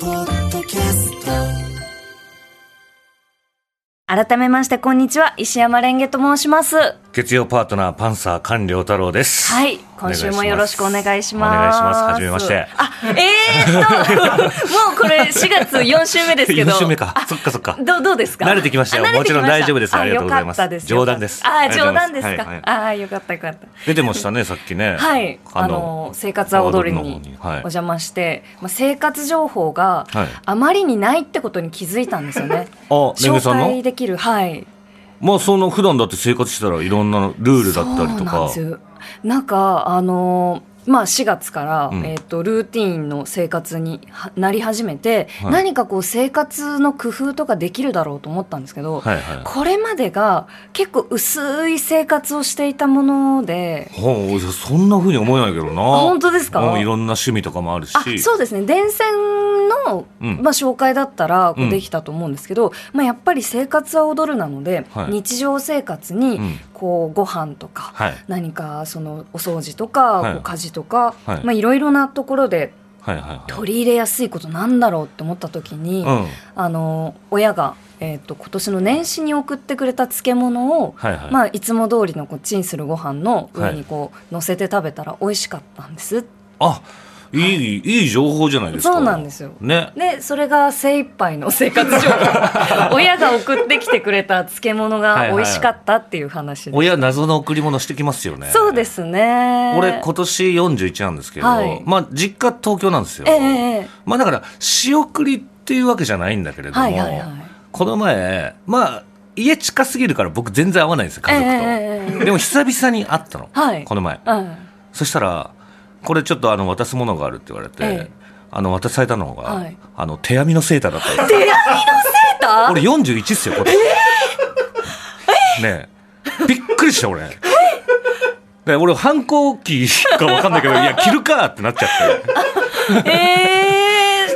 ポッドキャスト改めまして、こんにちは。石山レンゲと申します。は月曜パートナーパンサー官僚太郎です。い。今週もよろしくお願いします。お願いします。はじめまして。あ、え ーっと、もうこれ4月4週目ですけど。 4週目かあ。そっかそっか。どう、どうですか慣れてきましたよあ慣れてきまもちろん大丈夫ですありがとうございますあよかったです冗談ですあ、ありがと冗うござい談まですすはいはかあい。よかったよかった。出てましたね、さっきね。はい、あの生活は踊るにおはい。邪魔して、まあ、生活情報がはいあまりにないってことに気づいたんですよね。あ、レン紹ゲさん介のできる、はい、まあ、その普段だって生活してたらいろんなルールだったりとか。そうなんですなんかあのーまあ、4月から、うんえっとルーティンの生活にはなり始めて、はい何かこう生活の工夫とかできるだろうと思ったんですけど、はいはこれまでが結構薄い生活をしていたものでい。ほう、そんな風に思えないけどな。本当ですかうんいろんな趣味とかもあるし。あそうですね電線の、うんまあ、紹介だったらこううんできたと思うんですけど、まあ、やっぱり生活は踊るなので、はい日常生活にうんこうご飯とか、はい。何かそのお掃除とか、はいこう家事とか、はいまあ、いろいろなところではいはいはい。取り入れやすいことなんだろうって思った時に、うん。はいあの親が、えー、と今年の年始に送ってくれた漬物を、はい。まあ、いつも通りのこうチンするご飯の上はにいこう乗せて食べたら美味しかったんです、あ、いい、いい情報じゃないですか。そうなんですよね。でそれが精一杯の生活情 報親が送ってきてくれた漬物が美味しかったっていう話です、親謎の贈り物してきますよね。そうで。すね俺今年41なんですけど、はいまあ実家東京なんですよ、ええええまあだから仕送りっていうわけじゃないんだけれども、はいはいはいこの前まあ家近すぎるから僕全然会わないんですよ家族と、ええええでも久々に会ったの、はいこの前うんそしたらこれちょっとあの渡すものがあるって言われて、ええあの渡されたのが、はいあの手編みのセーターだったんですよ手編みのセーター俺41っすよ、これ。 ねえ。びっくりした、俺。で俺、反抗期かわかんないけど、いや、着るかってなっちゃっええで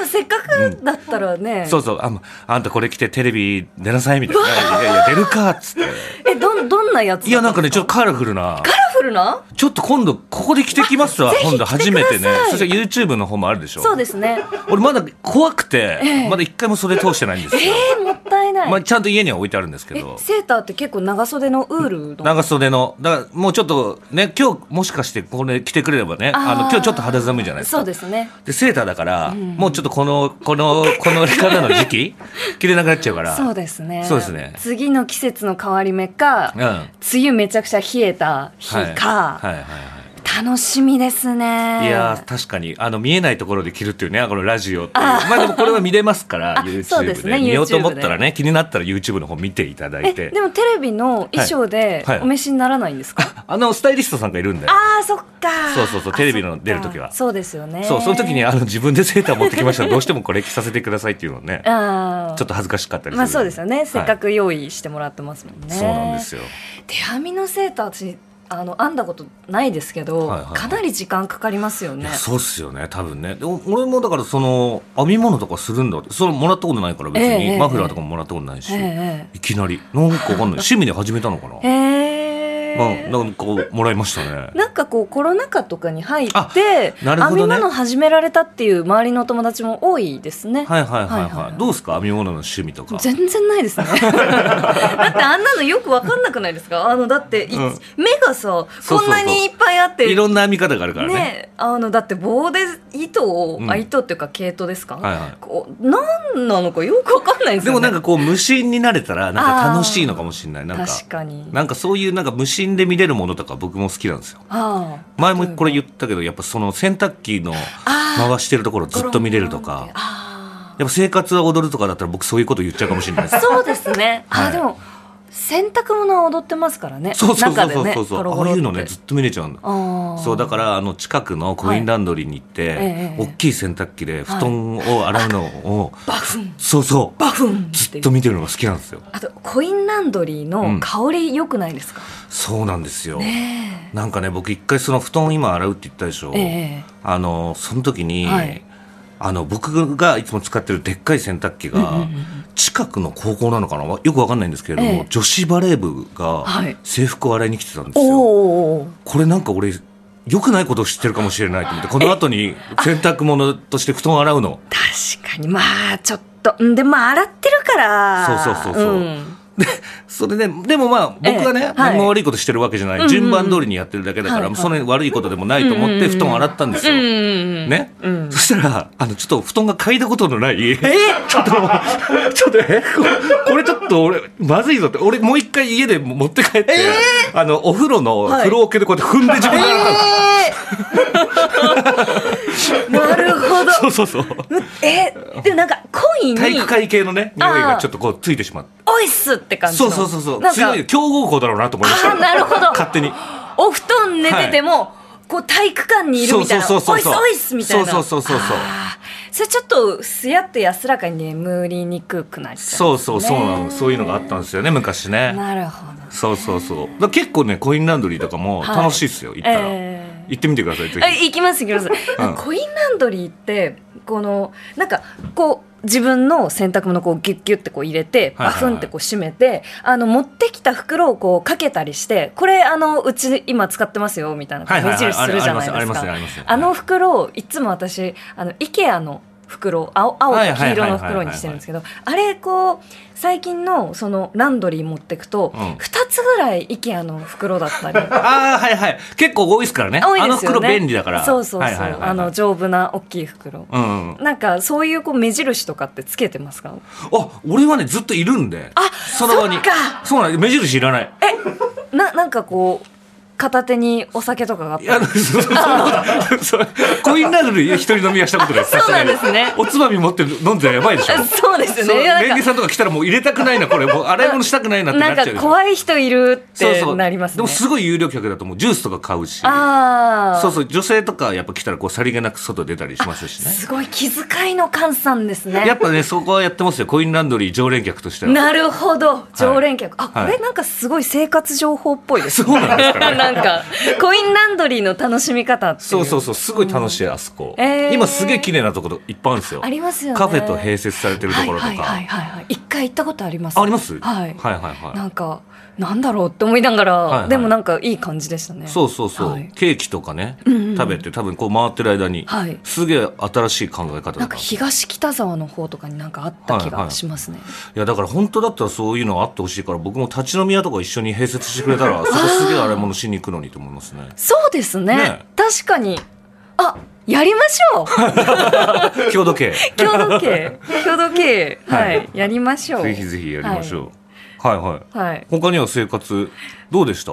もせっかくだったらね、て。そうそう、あ、あんたこれ着てテレビ出なさい、みたいな。いやいや、出るかっつっえどんどんなやつて。いや、なんかね、ちょっっとカラフルな。とカラフルなちょっと今度、ここで着てきますわぜ。ひ今度初めて着てねください。そして YouTube の方もあるでしょ。そうですね俺まだ怖くて、ええまだ一回も袖通してないんですえよ。えもったいない、まあ、ちゃんと家には置いてあるんですけえど。セーターって結構長袖のウールの長袖の、だからもうちょっとね、今日もしかしてこれ着てくれればね、あーの今日ちょっと肌寒いじゃないですか。そうですねでセーターだから、もうちょっとこの、この、このからの時 期、着れなくなっちゃうから。そうですねそうですね次の季節の変わり目か、うん。はい。梅雨めちゃくちゃ冷えた日か、はいはい楽しみですはねい。いやー、確かに、あの、見えないところで着るっていうね、このラジオっていう。まあでもこれは見れますから、YouTube で。そうですね見ようと思っ YouTube でたらね、気になったら YouTube の方見ていただいえてで。もテレビの衣装ではいはいお召しにならないんですか、あの、スタイリストさんがいるんで。ああそっかそうそうそうテレビの出る時時はそうですよねそう、その時にあの自分でセーター持ってきましたら、どうしてもこれ着させてくださいっていうのをね、ちょあっと恥ずかしかったりするんで。まあそうですよね、せっかくく用意してもらってますもんねそうなんですよ。手編みのセーター私あの編んだことないですけど、はいはいはいかなり時間かかりますよいねやそうっすよね多分ねでも俺もだからその編み物とかするんだってそれもらったことないから別えええに、えマフラーとかももらったことないし、えいきなりなんかわかんない趣味で始めたのかな、えええまあ、なんかこうもらいましたねなんかこうコロナ禍とかに入っあて、なる編ほどねみ物始められたっていう周りのお友達も多いですね、はいはいはいはい、はいはいどうですか編み物の趣味とか全然ない ですねだってあんなのよくわかんなくないですかあのだってい、うん目がさそうそうこそうんなにいっぱいあっていろんな編み方があるからねねあのだって棒で糸を、うんあ糸っていうか毛糸ですか、はいはいこう何なのかよくわかんないですでよ、ね、もなんかこう無心になれたらなんか楽しいのかもしれないなんか確かになんかそういうなんか無心で見れるものとか僕も好きなんですよああ前もこれ言ったけどやっぱその洗濯機のあー回してるところずっと見れるとゴロンってかあやっぱ生活は踊るとかだったら僕そういうこと言っちゃうかもしれないですあそうですね、 はあいでも洗濯物は踊ってますからねそうそうそう中でねそうそう、ゴロゴあロっあいてうのねずっと見れちゃうんだあそうだかからあの近くのコインランドリーに行って、はいええ大きい洗濯機で布団を洗うのを、バフンそうそうバフンってずっと見てるのが好きなんですよあとコインランドリーうんの香り良くないですか、そうなんですよ、ねなんかね僕一回その布団今洗うって言ったでしょ、ええあのその時に、はいあの僕がいつも使ってるでっかい洗濯機が、うんうんうん近くの高校なのかなよくわかんないんですけれども、ええ女子バレー部がはい制服を洗いに来てたんですよ、おおこれなんか俺良くないことを知ってるかもしれないと思ってこの後に洗濯物として布団を洗うの確かにまあちょっとうんでも洗ってるからそうそうそうそうんそれででもまあ僕がね、ええはい何も悪いことしてるわけじゃなうい、んうん順番通りにやってるだけだから、はいはいそんなに悪いことでもないと思って布団を洗ったんですよ、うんね、うんそしたらあのちょっと布団が嗅いだことのない、 ちょっとちょっとえここれちょっと俺まずいぞって俺もう一回家で持って帰って、あのお風呂のはい風呂桶でこうやって踏んで自分が洗ったの、なるほど そうそうそうえでもなんかコインに体育会系のね匂いがちょっとこうついてしまってオイスって感じそのうそうそうそうなんか強い強豪校だろうなと思いました あなるほど勝手にお布団寝てても、こう体育館にいるみたいなそうそうそうそうオイスオイスみたいなそうそうそうそうそうあーそれちょっとすやっと安らかに眠りにくくなっちゃうそうそうそうなのそういうのがあったんですよね昔ねなるほどそうそうそうだから結構ねコインランドリーとかも楽しいですよ、行ったら、えー行ってみてくださいぜあひ行きます行きます、うんコインランドリーってこのなんかこう自分の洗濯物をこうギュッギュッてこう入れてはいはいバフンってこう閉めて、あの持ってきた袋をこうかけたりしてこれあのうち今使ってますよみたいなはいはい無はい印するじゃないですありますねかありますねあの袋をいつも私あの IKEA の袋青青と黄色の袋にしてるんですけどあれこう最近のそのランドリー持ってくとうん2つぐらい IKEA の袋だったりああはいはい結構多いですからね多いあのですよね袋便利だからそうそうそう、はいはいはいはいあの丈夫な大きい袋、うんうん、なんかそういうこう目印とかってつけてますかあ俺はねずっといるんであその場にそっかそうなんです目印いらないななんかこう片手にお酒とかがあっいたや、そそんなことそうコインランドリーで一人飲みはしたことないです。そうなんですねさがにおつまみ持ってる飲んでやばいでしょ。そうですよそうねいやレンなゲんさんとか来たらもう入れたくないな、これ。もう洗い物したくないなっかてななっんちゃうでしょ。か怖い人いるっそうてそうなりますねでもすごい有料客だともうジュースとか買うし。ああそうそう、女性とかやっぱ来たらこうさりげなく外出たりしますしね。すごい気遣いの菅さんですねやっぱね、そこはやってますよ。コインランドリー常連客としては。なるほど常連客、あはいこれなんかすごい生活情報っぽいですねそうなんですか ねなんかコインランドリーの楽しみ方っていう そうそうそう、すごい楽しい、あそこ。えー今すげえ綺麗なところいっぱいあるんですよ。ありますよねカフェと併設されてるところとか。はいはいはいはいはい一回行ったことありますありますはい、はいはいはいなんかなんだろうって思いながら、はいはいでもなんかいい感じでしたねそうそうそう、はいケーキとかね、んうん食べて多分こう回ってる間に、はいすげえ新しい考え方なだんかな東北沢の方とかになんかあった気がしますね、いやだから本当だったらそういうのあってほしいから僕も立ち飲み屋とか一緒に併設してくれ たらそこすげえ洗い物しに行くのにと思いますねそうですねね確かにあやりましょ う郷土系共同計共同計はい、はいやりましょうぜひぜひやりましょう、はい、はいはい他には生活どうでした、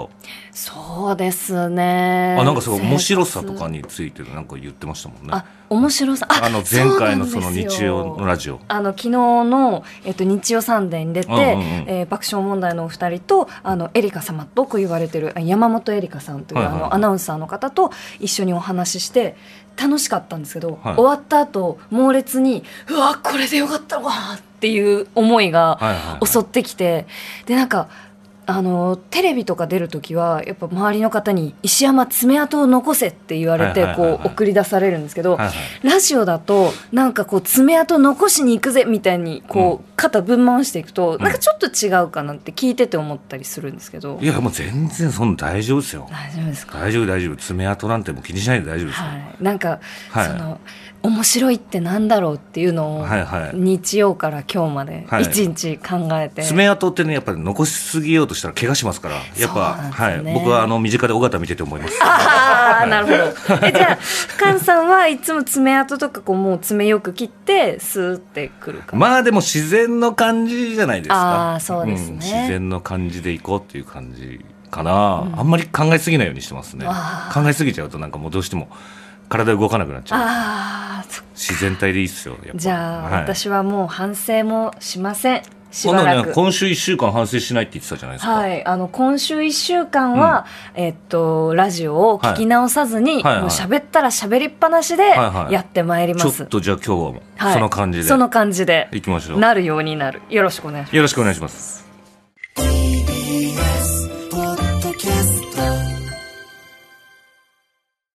そうですねあなんかすごい面白さと生か活についてなんか言ってましたもんねあ面白さああの前回のそのうなんですよ日曜のラジオあの昨日の、えっと、日曜サンデーに出て、うんうんうんえー爆笑問題のお二人とあのエリカ様とこう言われてるあ山本エリカさんという、はいはいはあいのアナウンサーの方と一緒にお話しして楽しかったんですけど、はい終わった後猛烈にうわこれでよかったわーっていう思いがはいはいはい襲ってきて、でなんかあのテレビとか出る時はやっぱ周りの方に「石山爪痕を残せ」って言われはいてはいはいはいこう送り出されるんですけど、はいはいラジオだとなんかこう爪痕残しに行くぜみたいにこう肩ぶん回していくとんなんかちょっと違うかなって聞いてて思ったりするんですけどいやもう全然そんな大丈夫ですよ大丈夫ですか大丈夫大丈夫爪痕なんてもう気にしないで大丈夫ですよ、はいなんかはいその面白いってなんだろうっていうのをはいはい日曜から今日まではい一日考えて爪痕ってねやっぱり残しすぎようとしたら怪我しますからやっぱ、そうなはんですねい僕はあの身近で尾形見てて思いますああなるほ どえじゃあ菅さんはいつも爪痕とかこうもう爪よく切ってスーってくるかまあでも自然の感じじゃないですかあーそうですねん自然の感じでいこうっていう感じかな、あんまり考えすぎないようにしてますねあ考えすぎちゃうとなんかもうどうしても体動かなくなっちゃうああそっか自然体でいいっすよやっぱじゃあ、はい私はもう反省もしません。しばらこんなのねく。今週1週間反省しないって言ってたじゃないですか。はい、あの今週1週間は、えっと、ラジオを聞き直さずに、はいはいはいもう喋ったら喋りっぱなしでいはいやってまいりちまょす、っとじゃあ今日はもう、はいその感じでその感じでいきましょう。なるようになるよろしくお願いしますよろしくお願いします。 TBS